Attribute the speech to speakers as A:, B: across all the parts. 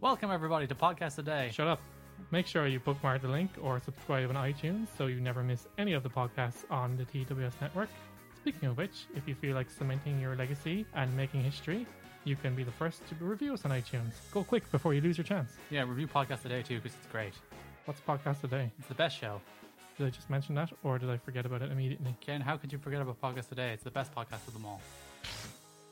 A: Welcome everybody to podcast today.
B: Shut up. Make sure you bookmark the link or subscribe on iTunes so you never miss any of the podcasts on the TWS network. Speaking of which, if you feel like cementing your legacy and making history, you can be the first to review us on iTunes. Go quick before you lose your chance.
A: Yeah, review podcast today too because it's great.
B: What's podcast today?
A: It's the best show.
B: Did I just mention that or did I forget about it immediately?
A: Ken, how could you forget about podcast today? It's the best podcast of them all.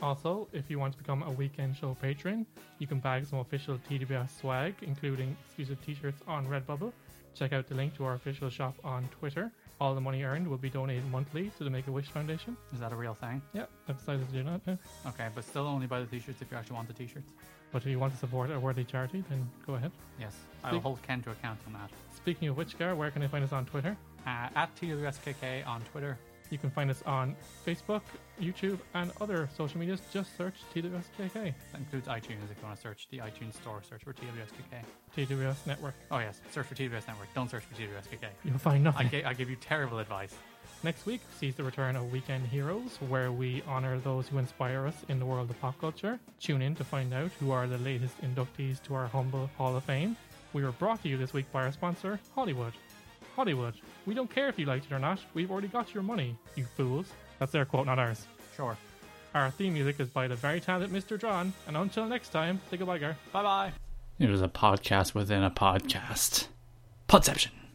B: Also, if you want to become a weekend show patron, you can bag some official TWS swag, including exclusive t-shirts on Redbubble. Check out the link to our official shop on Twitter. All the money earned will be donated monthly to the Make a Wish Foundation.
A: Is that a real thing?
B: Yeah, I've decided to do that. now.
A: Okay, but still only buy the t-shirts if you actually want the t-shirts.
B: But if you want to support a worthy charity, then go ahead.
A: Yes, I will
B: Speak-
A: hold Ken to account on that.
B: Speaking of which, Gar, where can I find us on Twitter?
A: Uh, at TWSKK on Twitter.
B: You can find us on Facebook, YouTube, and other social medias. Just search TWSKK,
A: That includes iTunes if you want to search the iTunes store. Search for TWSKK.
B: TWS Network.
A: Oh yes, search for TWS Network. Don't search for TWSKK.
B: You'll find nothing.
A: I, ga- I give you terrible advice.
B: Next week sees the return of Weekend Heroes, where we honor those who inspire us in the world of pop culture. Tune in to find out who are the latest inductees to our humble Hall of Fame. We were brought to you this week by our sponsor, Hollywood. Hollywood, we don't care if you liked it or not, we've already got your money, you fools. That's their quote, not ours.
A: Sure.
B: Our theme music is by the very talented Mr. John, and until next time, say goodbye, Gar.
A: Bye bye.
C: It was a podcast within a podcast. Podception.